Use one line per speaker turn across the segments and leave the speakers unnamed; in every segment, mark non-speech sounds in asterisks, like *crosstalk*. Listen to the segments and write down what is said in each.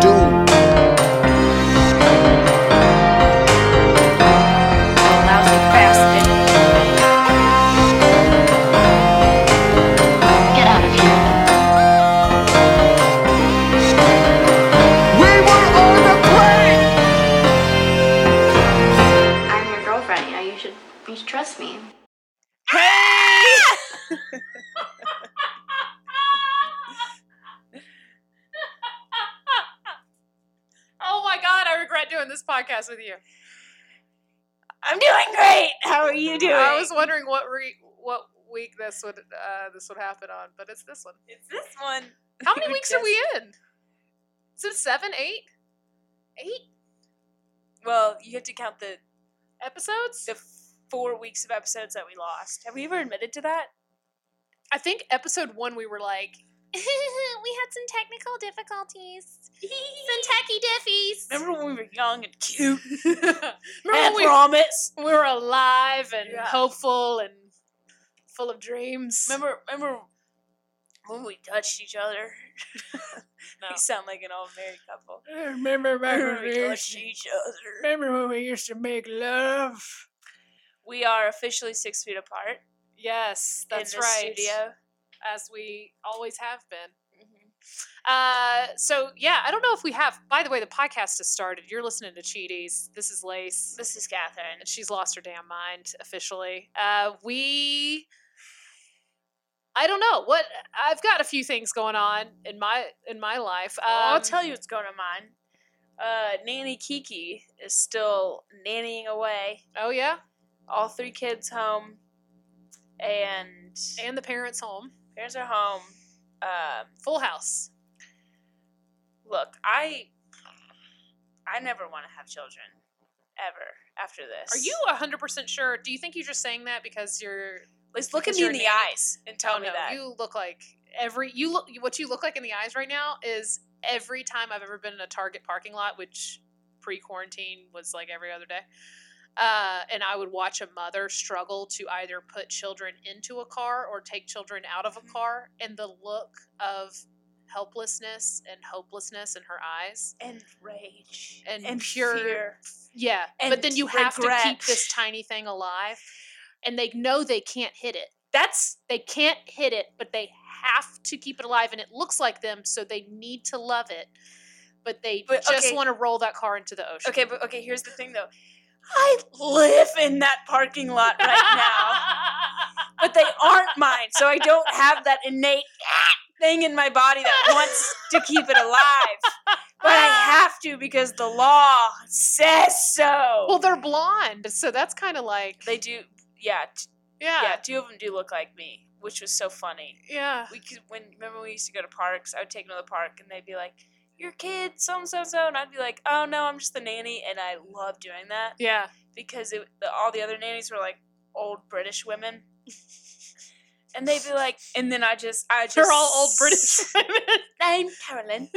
doomed.
Lousy bastard.
Get out of here.
We were on the plane.
I'm your girlfriend. You know, you should you should trust me.
Hey!
Oh my god, I regret doing this podcast with you.
I'm doing great. How are you doing?
I was wondering what re- what week this would uh, this would happen on, but it's this one.
it's this one.
How
*laughs*
many
We
weeks are
just-
we in? Is it seven, eight, eight
Well, you have to count the
episodes?
the four weeks of episodes that we lost. Have we ever admitted to that?
I think episode one we were like,
*laughs*
we had some technical difficulties, some
Remember when we were young and *laughs* cute?
techie diffies.
and
Remember when
promise.
*laughs* we, we were alive and
Yeah.
hopeful and full of dreams?
Remember, remember when we touched each other? *laughs*
No.
We sound like an old married couple.
*laughs* remember,
Remember we touched each other.
remember when we used to make love?
We are officially six feet apart
Yes, that's
in this
right.
studio.
As we always have been.
Mm-hmm.
Uh, so yeah, I don't know if we have. By the way, the podcast has started. You're listening to Cheaties. This is Lace,
This is Catherine.
and she's lost her damn mind officially. Uh, we, I don't know what I've got. A few things going on in my in my life. Um,
Well, I'll tell you what's going on mine. Uh, Nanny Kiki is still nannying away.
Oh yeah,
All three kids home, and,
and the parents' home,
parents are home. Um,
Full House.
look, I, I never want to have children, ever. After this,
Are you hundred percent sure? Do you think you're just saying that because you're?
Let's look at
because
me
you're
in the
a nanny?
eyes and tell
oh,
me
no,
that.
you look like every you look. What you look like in the eyes right now is every time I've ever been in a Target parking lot, which pre-quarantine was like every other day. Uh, and I would watch a mother struggle to either put children into a car or take children out of a
Mhm.
car, and the look of helplessness and hopelessness in her eyes.
and rage
And pure- Yeah, but
And
then you have
regret.
to keep this tiny thing alive, and they know they can't hit it.
That's
They can't hit it, but they have to keep it alive, and it looks like them, so they need to love it. But they
But,
just
okay.
want to roll that car into the ocean.
okay. But okay, here's the thing though. I live in that parking lot right
*laughs*
now. but they aren't mine. So I don't have that innate thing in my body that wants to keep it alive. But I have to because the law says so.
Well, they're blonde, so that's kind of like
they do. Yeah, t- yeah.
yeah,
Two of them do look like me, which was so funny.
yeah,
We could when remember we used to go to parks. I would take them to the park, and they'd be like, "Your kid, so and so and so," and I'd be like, "Oh no, I'm just the nanny," and I love doing that.
yeah.
because it, the, all the other nannies were like old British women. *laughs* And they'd be like, and then I just, I just.
They're all old
*laughs*
British women.
I'm Carolyn.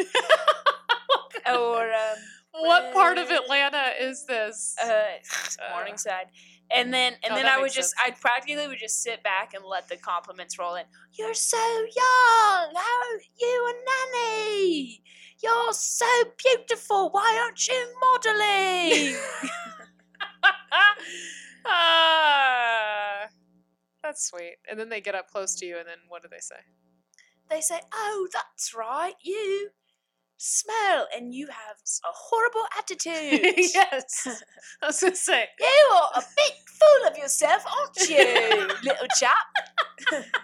or, um,
*laughs* what part of Atlanta is this? *laughs*
uh, Morningside. And then, and
Oh,
then
that
I would
makes
just,
sense.
I'd practically would just sit back and let the compliments roll in. You're so young. How are you a nanny? You're so beautiful. Why aren't you modeling?
*laughs* Ah, that's sweet. And then they get up close to you, and then what do
*laughs*
they say?
they say, "Oh, that's right, you smell and you have a horrible *laughs* attitude.
yes, *laughs* I was gonna say.
You are a big fool of yourself, aren't *laughs* you, little chap?" *laughs*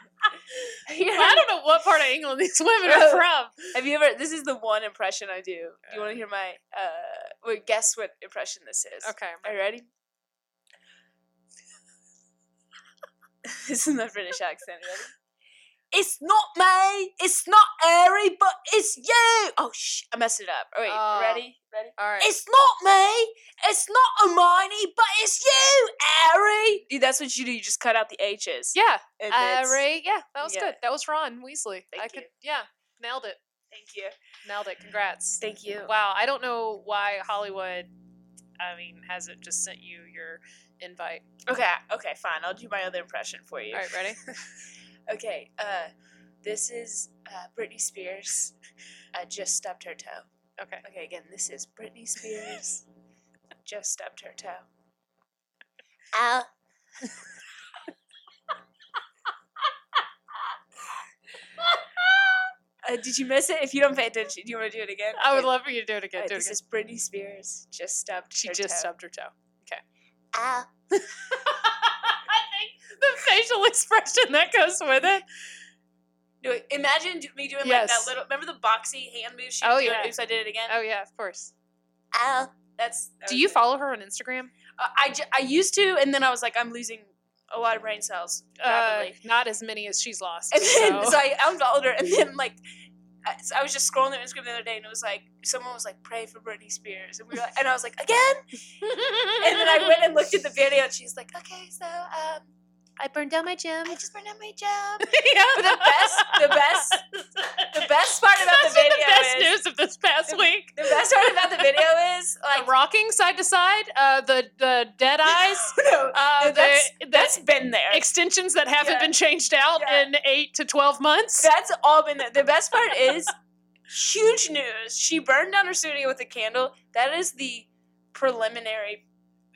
Well, I don't know what part of England these women are
Oh.
from.
Have you ever? This is the one impression I do. Do you want to hear my? Uh, wait, guess what impression this is?
Okay.
Are you ready? *laughs* this is my British accent. Ready? It's not me. It's not Harry, but it's you. Oh sh! I messed it up. Oh, wait,
Oh.
ready? Ready?
All right.
It's not me. It's not Hermione, but it's you, Harry. Dude, that's what you do. You just cut out the H's.
yeah.
And
Uh,
it's-
right. Yeah. That was
yeah.
good. That was Ron Weasley.
Thank
I
you.
could. Yeah. Nailed it.
Thank you.
Nailed it. Congrats.
Thank you.
Wow. I don't know why Hollywood I mean, has it just sent you your invite?
Okay, okay, fine. I'll do my other impression for you.
All right, ready?
Okay, uh, this is uh, Britney Spears. I just stubbed her toe.
Okay.
Okay, again, this is Britney Spears. just stubbed her toe. Ow. uh, did you miss it? If you don't pay attention, do you want to do it again?
I would
Okay.
love for you to do it again.
Uh,
do it
this
again.
is Britney Spears. Just stubbed.
She
her
just
toe.
stubbed her toe.
Ow.
*laughs* I think the facial expression that goes with it.
Do it. Imagine do- me doing like that
Yes.
little. Remember the boxy hand move she
Oh,
was doing?
yeah.
Oops, I did it again.
Oh yeah, of course.
Ow. That's. that
Do
was
you
it.
follow her on Instagram?
Uh, I, ju- I used to, and then I was like, I'm losing a lot of brain cells
Uh,
rapidly.
not as many as she's lost.
*laughs* and then,
so-
so, I unfollowed her, and then, like, I, so I was just scrolling through Instagram the other day, and it was like, someone was like, pray for Britney Spears. And, we were like, and I was like, again? And then I went and looked at the video, and she's like, okay, so um,
I burned down my gym.
I just burned out my job.
*laughs* yeah.
But the best, the best, the best part about
That's
the
been
video
the best
is.
news of this past week.
The best part
*laughs*
about the video is like *laughs*
the rocking side to side, uh, the the dead eyes,
no,
uh,
no, that's,
the, the
that's been there.
extensions that haven't
Yeah.
been changed out
Yeah.
in eight to twelve months.
That's all been there. The best part is huge news. She burned down her studio with a candle. That is the preliminary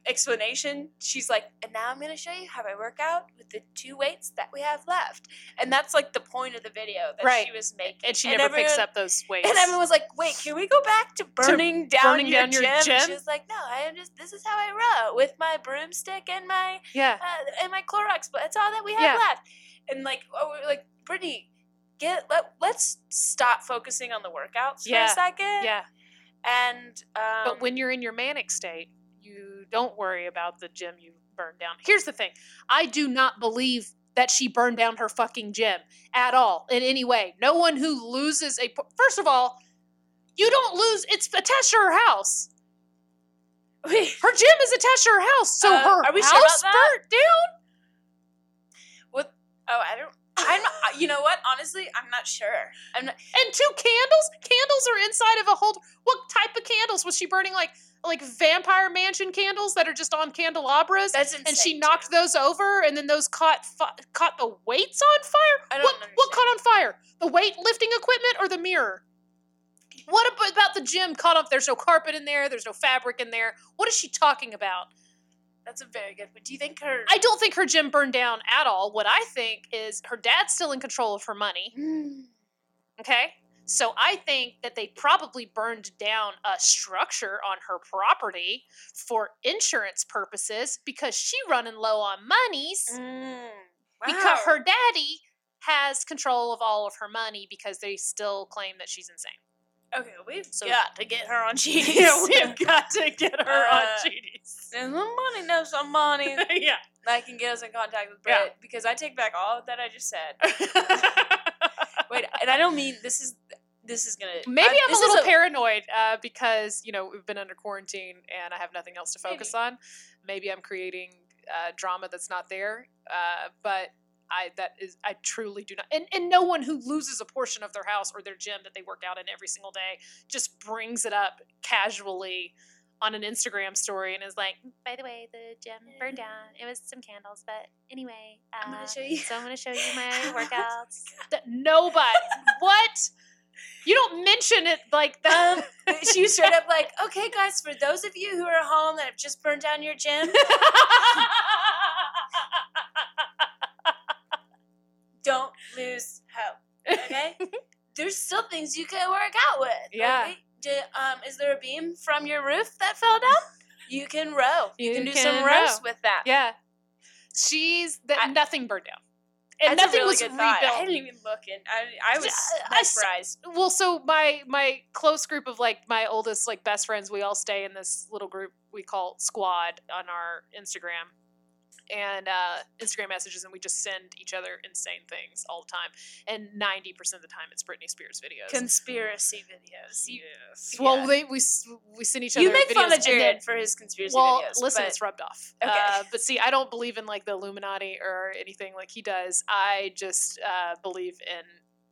explanation. She's like, and now I'm going to show you how I work out with the two weights that we have left. And that's like the point of the video that
Right.
she was making.
and she never picks
everyone-
up those weights.
And everyone was like, "Wait, can we go back to burning down
burning
your
down your
gym?" And
gym?
She was like, "No, I am just. This is how I row with my broomstick and my
yeah,
uh, and my Clorox, but that's all that we have
Yeah.
left. And like, oh, we're like Brittany, get let let's stop focusing on the workouts
Yeah.
for a second.
yeah.
And um,
But when you're in your manic state, you don't worry about the gym you burned down. Here's the thing: I do not believe that she burned down her fucking gym at all in any way. No one who loses a first of all, you don't lose. It's attached to her house.
*laughs* wait,
Her gym is attached to her house, so
Uh,
her
are we
house
sure about that?
burnt down.
what? Oh, I don't. I'm. not- You know what? Honestly, I'm not sure. I'm not.
And two candles. Candles are inside of a whole. What type of candles was she burning? Like like vampire mansion candles that are just on candelabras.
That's insane.
and she knocked those over, and then those caught fi- caught the weights on fire.
I don't
What what
understand.
caught on fire? The weight lifting equipment or the mirror? What ab- about the gym caught up? There's no carpet in there. There's no fabric in there. What is she talking about?
That's a very good. But do you think her?
I don't think her gym burned down at all. What I think is her dad's still in control of her money. Okay? So I think that they probably burned down a structure on her property for insurance purposes because she running low on monies
Mm,
because
wow.
her daddy has control of all of her money because they still claim that she's *laughs* insane.
Okay, we've
So-
got to get her on *laughs*
*laughs*
cheese.
got to get
Uh,
cheaties.
Somebody knows somebody
*laughs* yeah.
that can get us in contact with Brett
Yeah.
because I take back all that I just said.
*laughs*
Wait, and I don't mean this is this is gonna
Maybe
I-
I'm
this
a
is
little paranoid uh, because you know we've been under quarantine and I have nothing else to focus on. Maybe I'm creating uh, drama that's not there, uh, but I that is I truly do not. And and no one who loses a portion of their house or their gym that they work out in every single day just brings it up casually on an Instagram story and is like,
By the way, the gym burned down. It was some candles, but anyway, uh,
I'm gonna show you.
so I'm gonna show you
*laughs*
my
how much-
workouts.
"Th- nobody, what? You don't mention it like that.
*laughs* Um, she was straight up
*laughs*
like, okay, guys, for those of you who are home that have just burned down your
*laughs*
gym, don't lose hope. Okay,
*laughs*
there's still things you can work out with.
Yeah.
okay? Do- um, is there a beam from your roof that fell down? You can row. You,
You
can do
can
some
row.
rows with that.
Yeah. She's that
I-
nothing burned down. And
That's a
nothing
really
was
good
rebuilt.
thought. I didn't even look in. I, I was
Yeah, I s-
mesmerized.
Well, so my my close group of like my oldest like best friends, we all stay in this little group we call squad on our Instagram and uh, Instagram messages, and we just send each other insane things all the time. And ninety percent of the time, it's Britney Spears videos.
Conspiracy videos. You,
yes. Well,
yeah.
they, we s- we send each other.
you make
videos
fun of
and then-
Jared for his conspiracy
well,
videos.
listen,
but-
it's rubbed off.
Okay.
Uh, but see, I don't believe in like the Illuminati or anything like he does. I just uh, believe in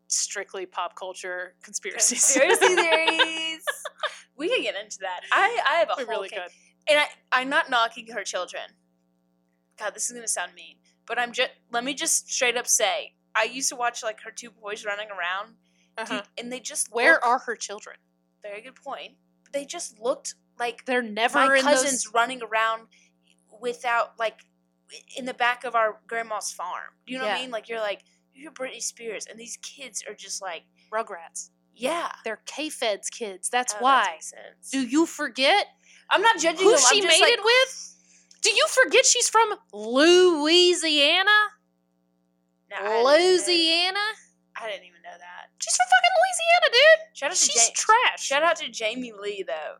strictly pop culture conspiracies. *laughs*
conspiracy theories. *laughs* We could get into that. I, I have a
we
whole
really
ca-
could.
and I, I'm not knocking her children. God, this is gonna sound mean, but I'm just let me just straight up say I used to watch like her two boys running around,
Uh-huh.
dude, and they just
Where
looked-
are her children?
very good point. They just looked like
They're never
my
in
cousins
those.
running around without like in the back of our grandma's farm. You know what I
Yeah.
mean? Like you're like you're Britney Spears, and these kids are just like
Rugrats.
yeah.
They're K-Feds kids. That's
Oh, that
why.
makes sense.
Do you forget
I'm not judging
who
them,
she
I'm
made
just like,
it with? Do you forget she's from Louisiana?
Nah, I didn't even know-
Louisiana?
I didn't even know that.
She's from fucking Louisiana, dude.
Shout out to
She's
Ja-
trash.
Shout out to Jamie Lee though.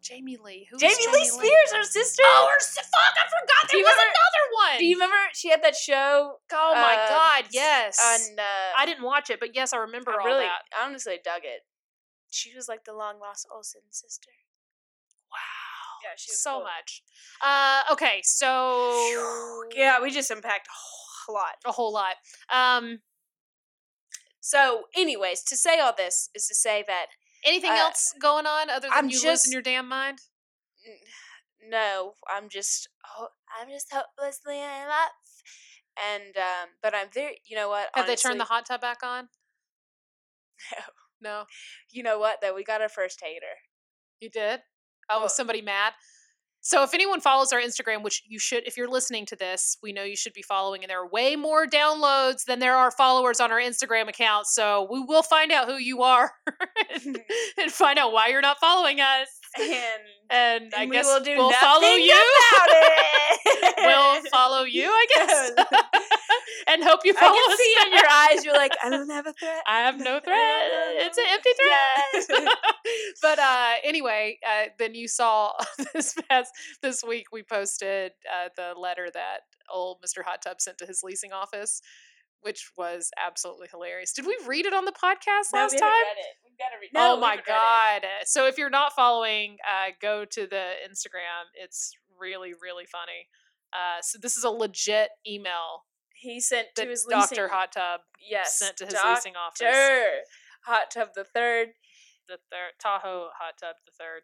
Jamie Lee. Who's
Jamie, Lee Spears, her sister.
Oh, her si- fuck! I forgot
Do
there
you
was
remember-
another one.
Do you remember she had that show?
oh my
uh,
god! Yes.
On uh,
I didn't watch it, but yes, I remember
I
all
really,
that.
I honestly dug it. She was like the long lost Olsen sister.
Wow.
Yeah, she was
so
cool.
much. Uh, okay, so
Yeah, we just unpacked a whole lot.
a whole lot. Um,
So, anyways, to say all this is to say that
anything
Uh,
else going on other than
I'm
you
just-
losing your damn mind?
mm, no, I'm just ho- I'm just hopelessly in love, and um, but I'm very. You know what?
Have they turned the
honestly-
hot tub back on? No. No.
You know what? Though we got our first hater.
You did? Oh, was somebody mad? So if anyone follows our Instagram, which you should, if you're listening to this, we know you should be following, and there are way more downloads than there are followers on our Instagram account. So we will find out who you are
*laughs*
*laughs* and, and find out why you're not following us.
And
*laughs* And, I
And we
guess
will do
we'll follow
nothing
you. *laughs*
about it.
we'll follow
*laughs*
you, I guess, *laughs* and hope you
I
follow
can
*laughs* us.
see in
back.
your eyes. You're like, I don't have a threat. *laughs*
I have no thread. It's an empty thread.
Yeah.
*laughs* but uh, anyway, uh, then you saw *laughs* this past this week we posted uh, the letter that old Mr. Hot Tub sent to his leasing office, which was absolutely hilarious. Did we read it on the podcast
No,
last
we haven't
time?
read it. We've gotta read- no,
oh
we
my
haven't read it.
god! Uh, So if you're not following, uh, go to the Instagram. It's really really funny. Uh, so this is a legit email
He sent
that
to his leasing.
Doctor Hot Tub
yes,
sent to his leasing office.
doctor, hot tub the third,
the third Tahoe Hot Tub the third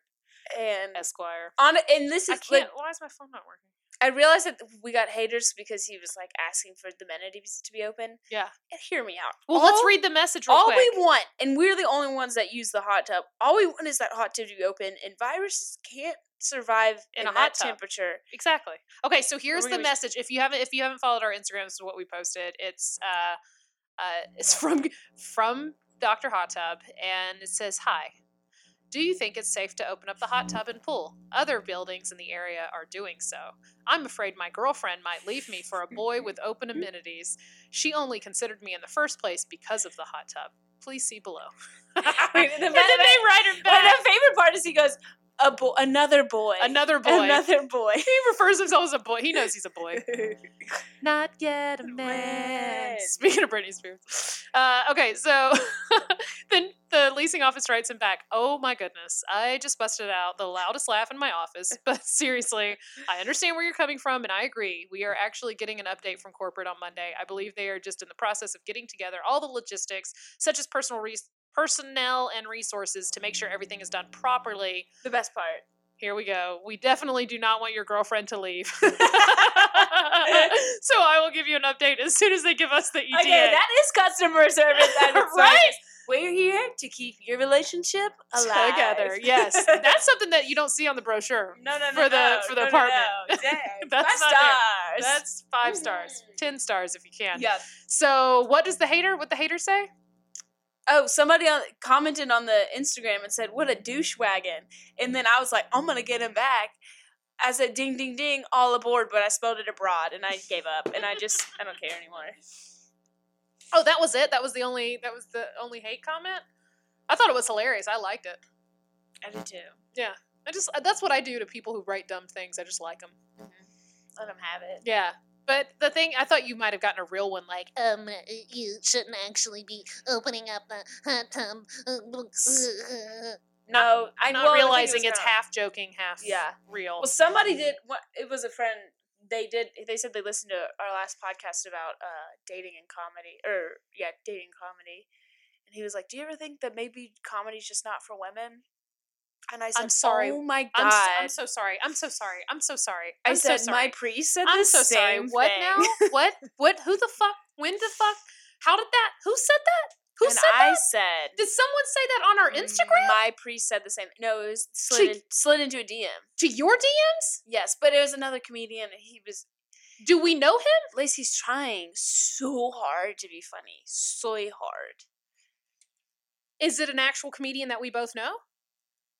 and
Esquire.
on and this
I
is
can't.
like
why is my phone not working?
I realized that we got haters because he was like asking for the amenities to be open.
Yeah.
and hear me out.
Well, let's
All-
read the message real
All
quick.
we want, and we're the only ones that use the hot tub. All we want is that hot tub to be open, and viruses can't survive
In
in,
a
that
hot tub.
temperature.
exactly. Okay, so here's
we
the
gonna-
message. If you haven't, if you haven't followed our Instagram, this is what we posted. It's uh, uh, it's *laughs* from from Doctor Hot Tub, and it says hi. Do you think it's safe to open up the hot tub and pool? Other buildings in the area are doing so. I'm afraid my girlfriend might leave me for a boy with
*laughs*
open amenities. She only considered me in the first place because of the hot tub. Please see below. *laughs*
Wait, and
and
the
then they
fact that-
write her
But my
back.
favorite part is he goes, a bo- another boy,
Another
*laughs*
boy.
another boy.
he refers himself as a boy. He knows he's a boy. Not yet a man.
Man.
*laughs* Speaking of Britney Spears. Uh, okay, so *laughs* then the leasing office writes him back. Oh my goodness, I just busted out the loudest laugh in my office. But seriously, I understand where you're coming from, and I agree. We are actually getting an update from corporate on Monday. I believe they are just in the process of getting together all the logistics, such as personal res- personnel and resources, to make sure everything is done properly
*laughs* the best part.
here we go. We definitely do not want your girlfriend to leave. *laughs* so I will give you an update as soon as they give us the E ETA.
Okay, that is customer service
*laughs*
at its
Right?
finest. We're here to keep your relationship alive.
together.
*laughs*
Yes, that's something that you don't see on the brochure.
no, no, no.
for the-
no,
for the
no, no,
apartment.
no.
*laughs*
Dang.
That's
Five
not
stars.
That's five stars, ten stars if you can.
Mm. yeah.
So what does the hater? What the hater say?
Oh, somebody on, commented on the Instagram and said, "What a douche wagon!" And then I was like, "I'm gonna get him back." I said, "Ding, ding, ding! All aboard!" But I spelled it abroad, and I gave up, and I just I don't care anymore.
Oh, that was it. That was the only. That was the only hate comment. I thought it was hilarious. I liked it.
I do too.
I just that's what I do to people who write dumb things. I just like them.
Let him have it.
Yeah. But the thing, I thought you might have gotten a real one, like
um, you shouldn't actually be opening up the
uh,
hot tub.
*laughs*
No, I
not
well, I think it
realizing
was
it's
kinda-
half joking, half
Yeah.
real.
Well, somebody did. what- It was a friend. They did. They said they listened to our last podcast about uh, dating and comedy, or yeah, dating comedy. And he was like, "Do you ever think that maybe comedy's just not for women?" And I said,
I'm sorry.
Oh my god.
I'm, s- I'm so sorry. I'm so sorry. I'm so sorry.
I
I'm
said,
so sorry.
my priest said
I'm
the
so sorry.
same
What
thing." *laughs*
now? What? What? Who the fuck? When the fuck? How did that? Who said that? Who
and
said
I Mm-hmm.
that?
said, "Mm,
Did someone say that on our Instagram?
My priest said the same. No, it was slid,
She-
in- slid into a DM.
To your DMs?
Yes, but it was another comedian. And he was
Do we know him?
Lacey's trying so hard to be funny, so hard.
Is it an actual comedian that we both know?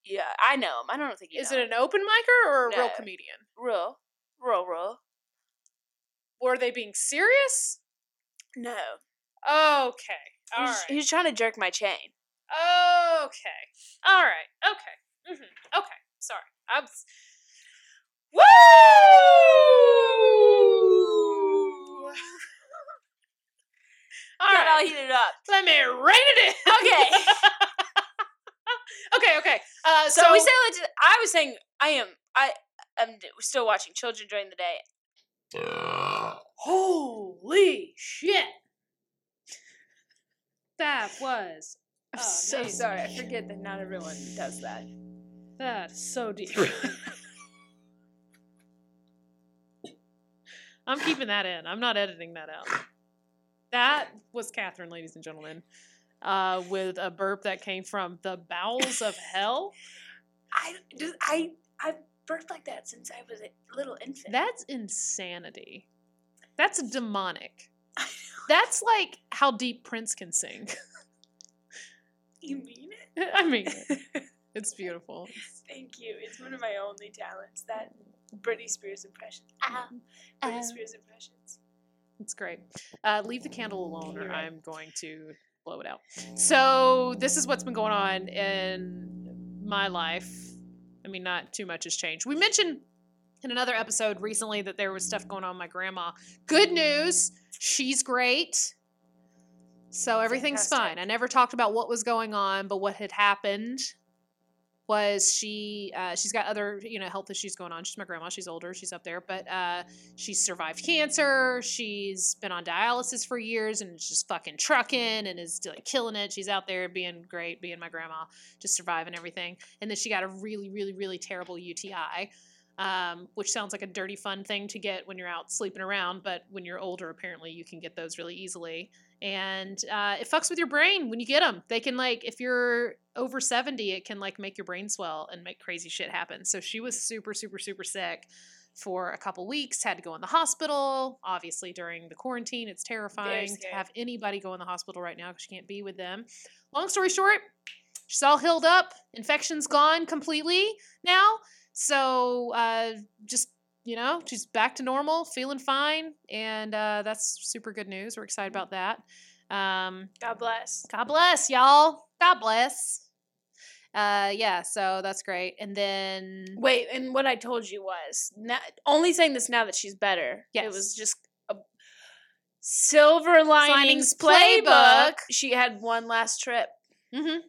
Yeah, I know him. I don't think you
Is
know
it
him.
an open micer or a real
No.
comedian?
real, real, real?
Were they being serious?
No,
Okay.
he
All
was, he
right.
was trying to jerk my chain.
Okay. All right. Okay. hmm Okay. Sorry. I'm. s- Woo! All
Got all
right.
heated up.
Let me rein it in.
Okay.
*laughs* okay. Okay. Uh,
so,
so,
we say legit. I was saying I am. I am d- still watching children during the day.
Holy shit! That was.
I'm
Oh,
so
nice.
sorry. I forget that not everyone does that.
That's
*laughs*
so deep. I'm keeping that in. I'm not editing that out. That was Catherine, ladies and gentlemen, uh, with a burp that came from the bowels of hell.
I just I I've birthed like that since I was a little infant.
That's insanity. That's demonic. That's like how deep Prince can sing.
you mean it?
*laughs* I mean, it. it's beautiful.
Thank you. It's one of my only talents. That Britney Spears impression.
Uh-huh.
Ah, Britney Spears impressions.
It's great. Uh, leave the candle alone, or I'm going to blow it out. So this is what's been going on in my life. I mean, not too much has changed. We mentioned in another episode recently that there was stuff going on with my grandma. Good news, she's great. So everything's
Fantastic.
fine. I never talked about what was going on, but what had happened was she uh, she's got other you know health issues going on. She's my grandma. She's older. She's up there, but uh, she's survived cancer. She's been on dialysis for years and is just fucking trucking and is like killing it. She's out there being great, being my grandma, just surviving everything. And then she got a really, really, really terrible UTI, um, which sounds like a dirty fun thing to get when you're out sleeping around, but when you're older, apparently you can get those really easily. And uh, it fucks with your brain when you get them. They can like, if you're over 70, it can like make your brain swell and make crazy shit happen. So she was super, super, super sick for a couple weeks, had to go in the hospital. Obviously, during the quarantine, it's terrifying to
scary.
have anybody go in the hospital right now because she can't be with them. Long story short, she's all healed up, infection's gone completely now. So uh, just, you know, she's back to normal, feeling fine. And uh, that's super good news. We're excited about that. Um,
God bless.
God bless y'all. God bless. Uh, yeah, so that's great. And then
Wait, and what I told you was not, only saying this now that she's better. It was
Yes.
just a silver linings,
Linings
playbook.
playbook.
She had one last trip.
Mm-hmm.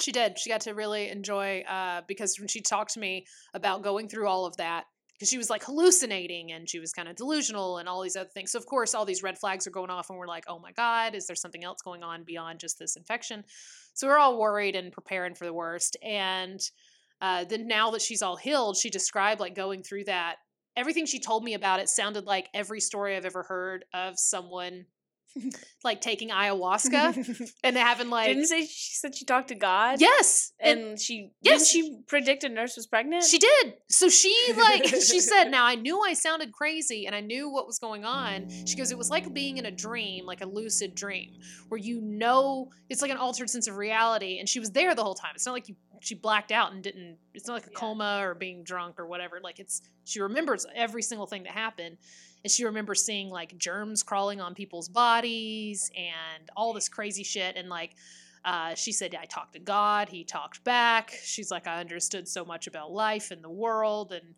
She did. She got to really enjoy uh, because when she talked to me about going through all of that, because she was like hallucinating and she was kind of delusional and all these other things. So of course, all these red flags are going off, and we're like, "Oh my god, is there something else going on beyond just this infection?" So we're all worried and preparing for the worst. And uh, then now that she's all healed, she described like going through that. Everything she told me about it sounded like every story I've ever heard of someone like taking
*laughs*
ayahuasca and having *laughs* like
Didn't say she said she talked to God.
Yes.
and,
And,
she
Yes.
didn't she predict a nurse was pregnant.
she did. So she like she said, now I knew I sounded crazy and I knew what was going on. She goes, it was like being in a dream, like a lucid dream, where you know it's like an altered sense of reality. And she was there the whole time. It's not like you she blacked out and didn't it's not like a
Yeah.
coma or being drunk or whatever. Like it's she remembers every single thing that happened. And she remembers seeing like germs crawling on people's bodies and all this crazy shit and like Uh, she said, I talked to God. He talked back. She's like, I understood so much about life and the world and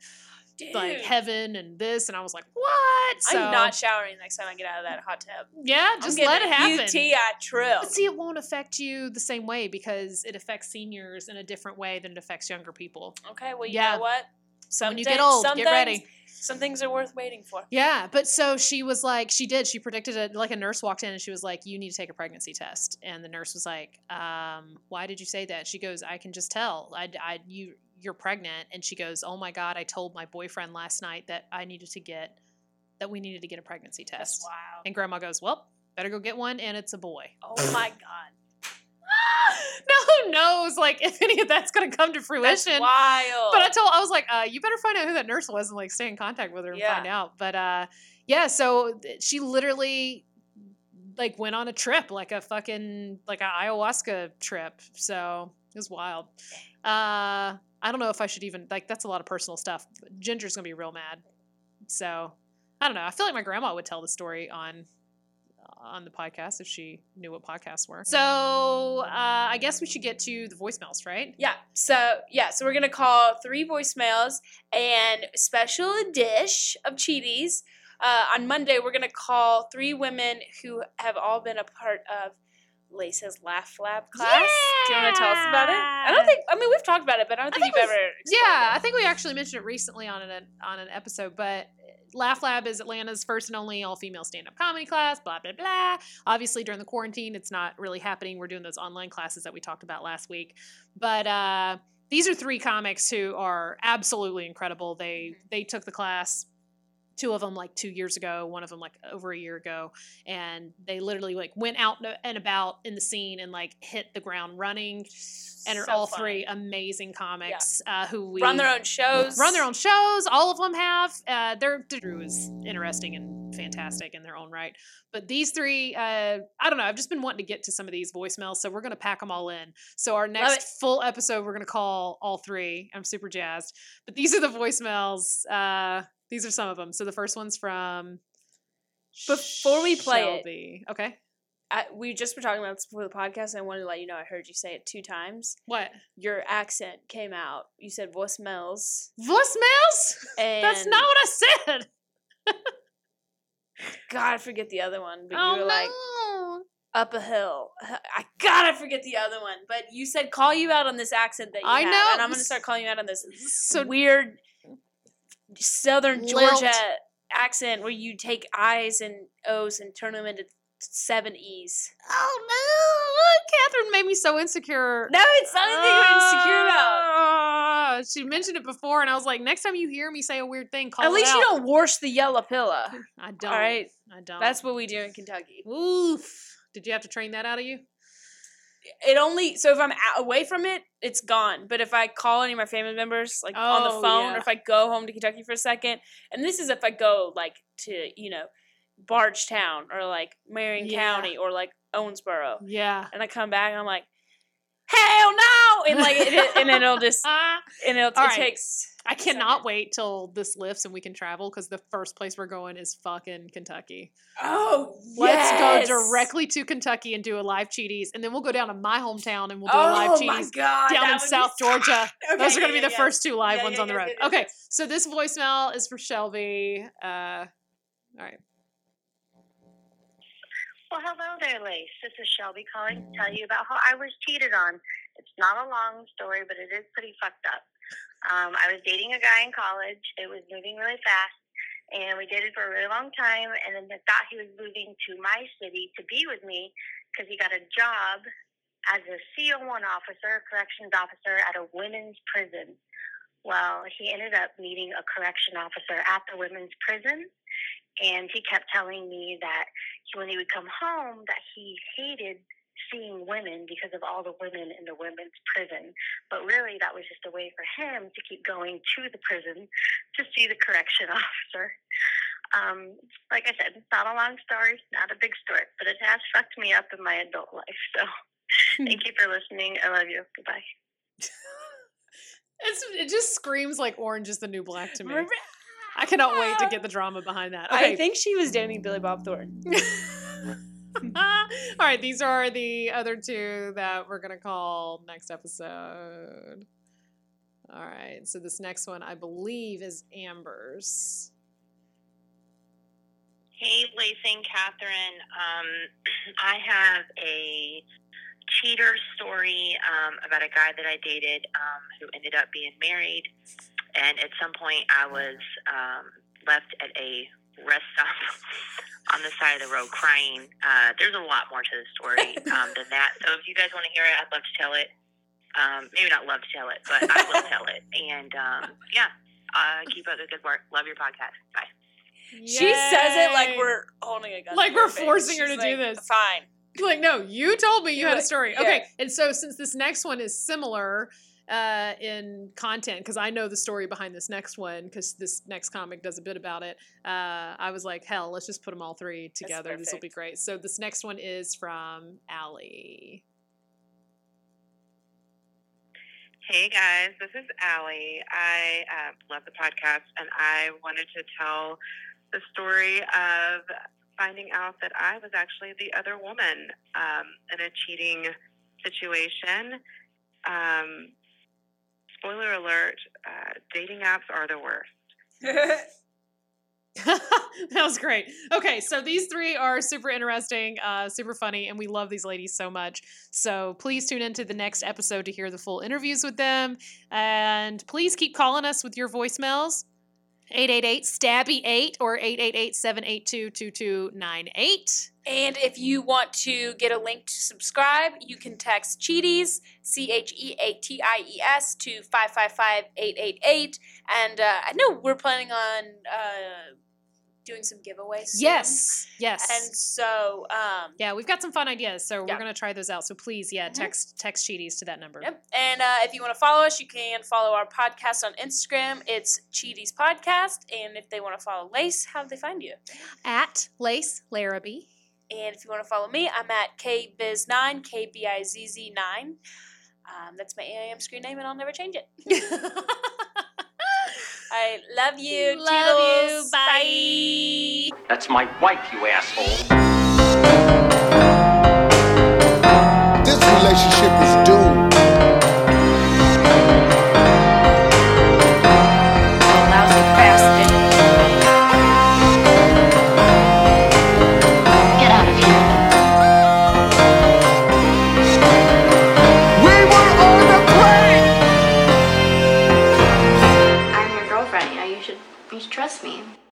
like
Dude.
heaven and this. And I was like, what? So-
I'm not showering next time I get out of that hot tub.
Yeah,
I'm
just
getting
let
a
it happen.
UTI trill.
But see, it won't affect you the same way because it affects seniors in a different way than it affects younger people.
Okay, well you
Yeah.
know what? Some
When you
thi-
get old,
some
get
things-
ready.
Some things are worth waiting for.
Yeah, but so she was like, she did. She predicted it. Like a nurse walked in and she was like, "You need to take a pregnancy test." And the nurse was like, um, "Why did you say that?" She goes, "I can just tell. I, I, you, you're pregnant." And she goes, "Oh my god, I told my boyfriend last night that I needed to get, that we needed to get a pregnancy test."
That's wild.
And Grandma goes, "Well, better go get one." And it's a boy.
Oh my god.
*laughs* now who knows, like if any of that's gonna come to
That's
fruition?
wild.
But I told I was like, uh, you better find out who that nurse was and like stay in contact with her and
Yeah.
find out. But uh, yeah, so th- she literally like went on a trip, like a fucking like a ayahuasca trip. So it was wild. Uh, I don't know if I should even like that's a lot of personal stuff. Ginger's gonna be real mad. So I don't know. I feel like my grandma would tell the story on on the podcast if she knew what podcasts were. So uh, I guess we should get to the voicemails, right?
yeah. So yeah. So we're gonna call three voicemails and special dish of cheaties. Uh, on Monday, we're gonna call three women who have all been a part of Lace's Laugh Lab class. Do you want to tell us about it? I don't think. I mean, we've talked about it, but I don't think,
think
you've
we've-
ever. explained
Yeah,
it.
I think we actually mentioned it recently on an on an episode, but Laugh Lab is Atlanta's first and only all female stand up comedy class. Blah blah blah. Obviously, during the quarantine, it's not really happening. We're doing those online classes that we talked about last week, but uh, these are three comics who are absolutely incredible. They they took the class. Two of them like two years ago, one of them like over a year ago, and they literally like went out and about in the scene and like hit the ground running and are
So
all
fun.
three amazing comics uh, who we
run their own shows.
run their own shows. All of them have. Uh, their Drew is interesting and fantastic in their own right. But these three, uh, I don't know. I've just been wanting to get to some of these voicemails, so we're gonna pack them all in. So our
it.
next full episode, we're gonna call all three. I'm super jazzed. But these are the voicemails. Uh, these are some of them. So the first one's from.
Before we play it-
Shelby. okay.
I, we just were talking about this before the podcast, and I wanted to let you know I heard you say it two times.
What
Your accent came out. You said voicemails.
voicemails?
And
That's not what I said.
God, I forget the other one, but
Oh,
you were like
no.
up a hill. I gotta forget the other one, but you said call you out on this accent that you
I
have,
know.
and I'm gonna start calling you out on this
so
weird Southern
Lilt.
Georgia accent where you take I's and O's and turn them into seven E's.
Oh no, Catherine made me so insecure.
No, it's not anything I'm insecure about.
about. She mentioned it before, and I was like, next time you hear me say a weird thing, Ah. call
At least
it
you
out.
don't wash the yellow pillow.
I don't.
All right,
I don't.
that's what we do in Kentucky.
oof. Did you have to train that out of you?
It only so if I'm a away from it, it's gone. But if I call any of my family members, like on
Oh,
the phone,
yeah.
or if I go home to Kentucky for a second, and this is if I go like to you know Bargetown or like Marion
Yeah.
County or like Owensboro,
Yeah.
and I come back and I'm like, hell no, and like it, it, and it'll
*laughs*
just
Ah,
and it'll, it
All right.
takes.
I
a
cannot
second.
wait till this lifts and we can travel because the first place we're going is fucking Kentucky.
Oh,
Let's go
yes!
directly to Kentucky and do a live cheaties, and then we'll go down to my hometown and we'll do a live
Oh my
cheaties
god, that
down in
would be
South
so- *laughs*
Georgia.
Okay,
*laughs* Those are going to
yeah,
be
yeah,
the
yeah.
first two live
Yeah,
ones
yeah,
on the
yeah,
road.
yeah, yeah,
okay,
yeah.
so this voicemail is for Shelby. Uh, all right.
Well, hello there, Lace. This is Shelby calling to tell you about how I was cheated on. It's not a long story, but it is pretty fucked up. Um, I was dating a guy in college. It was moving really fast, and we dated for a really long time. And then I thought he was moving to my city to be with me because he got a job as a CO1 officer, corrections officer at a women's prison. Well, he ended up meeting a correction officer at the women's prison, and he kept telling me that he, when he would come home that he hated seeing women because of all the women in the women's prison. But really, that was just a way for him to keep going to the prison to see the correction *laughs* officer. Um, like I said, not a long story, not a big story, but it has fucked me up in my adult life. So thank you for listening. I love you. Goodbye.
It's, it just screams like orange is the new black to me.
Remember-
I cannot
*laughs*
wait to get the drama behind that.
I
Okay.
think she was dating Billy Bob Thornton.
*laughs* all right, these are the other two that we're going to call next episode. All right, so this next one I believe is Amber's.
Hey, Lacey and Catherine. Um, *clears throat* I have a cheater story um, about a guy that I dated um, who ended up being married. And at some point, I was um, left at a rest stop *laughs* on the side of the road crying. Uh, there's a lot more to the story um, than that. So if you guys want to hear it, I'd love to tell it. Um, maybe not love to tell it, but I will tell it. And um, yeah, uh, keep up the good work. Love your podcast. Bye.
She says it like
Yay.
we're holding a gun.
Like
to her
we're
face.
forcing her
She's
to do
like,
this.
Fine.
*laughs* like no you told me you had a
Like,
story
yeah.
okay and so since this next one is similar uh, in content because i know the story behind this next one because this next comic does a bit about it uh, i was like hell let's just put them all three together this will be
perfect.
great so this next one is from Allie.
Hey guys, this is Allie. I uh, love the podcast and I wanted to tell the story of finding out that I was actually the other woman um, in a cheating situation. Um, spoiler alert uh, dating apps are the worst.
*laughs* that was great. Okay, so these three are super interesting, uh, super funny, and we love these ladies so much. So please tune into the next episode to hear the full interviews with them. And please keep calling us with your voicemails 888 Stabby 8 or 888 782 2298.
And if you want to get a link to subscribe, you can text Cheaties, C H E A T I E S, to 555 888. And uh, I know we're planning on uh, doing some giveaways. soon.
Yes, yes.
And so, um,
yeah, we've got some fun ideas,
Yeah.
so we're gonna try those out. So please, yeah,
Mhm.
text text cheaties to that number.
Yep. And uh, if you want to follow us, you can follow our podcast on Instagram. It's Cheaties Podcast. And if they want to follow Lace, how do they find you?
At Lace Larrabee.
And if you want to follow me, I'm at KBiz9, K B I Z Z 9. Um, that's my AIM screen name, and I'll never
*laughs*
change it. *laughs* I love you.
Love you.
Toodles.
Bye.
That's my wife, you asshole.
This relationship is doomed.
lousy bastard.
Get out of here.
We were on the plane.
I'm your girlfriend. You know, you should, you should trust me.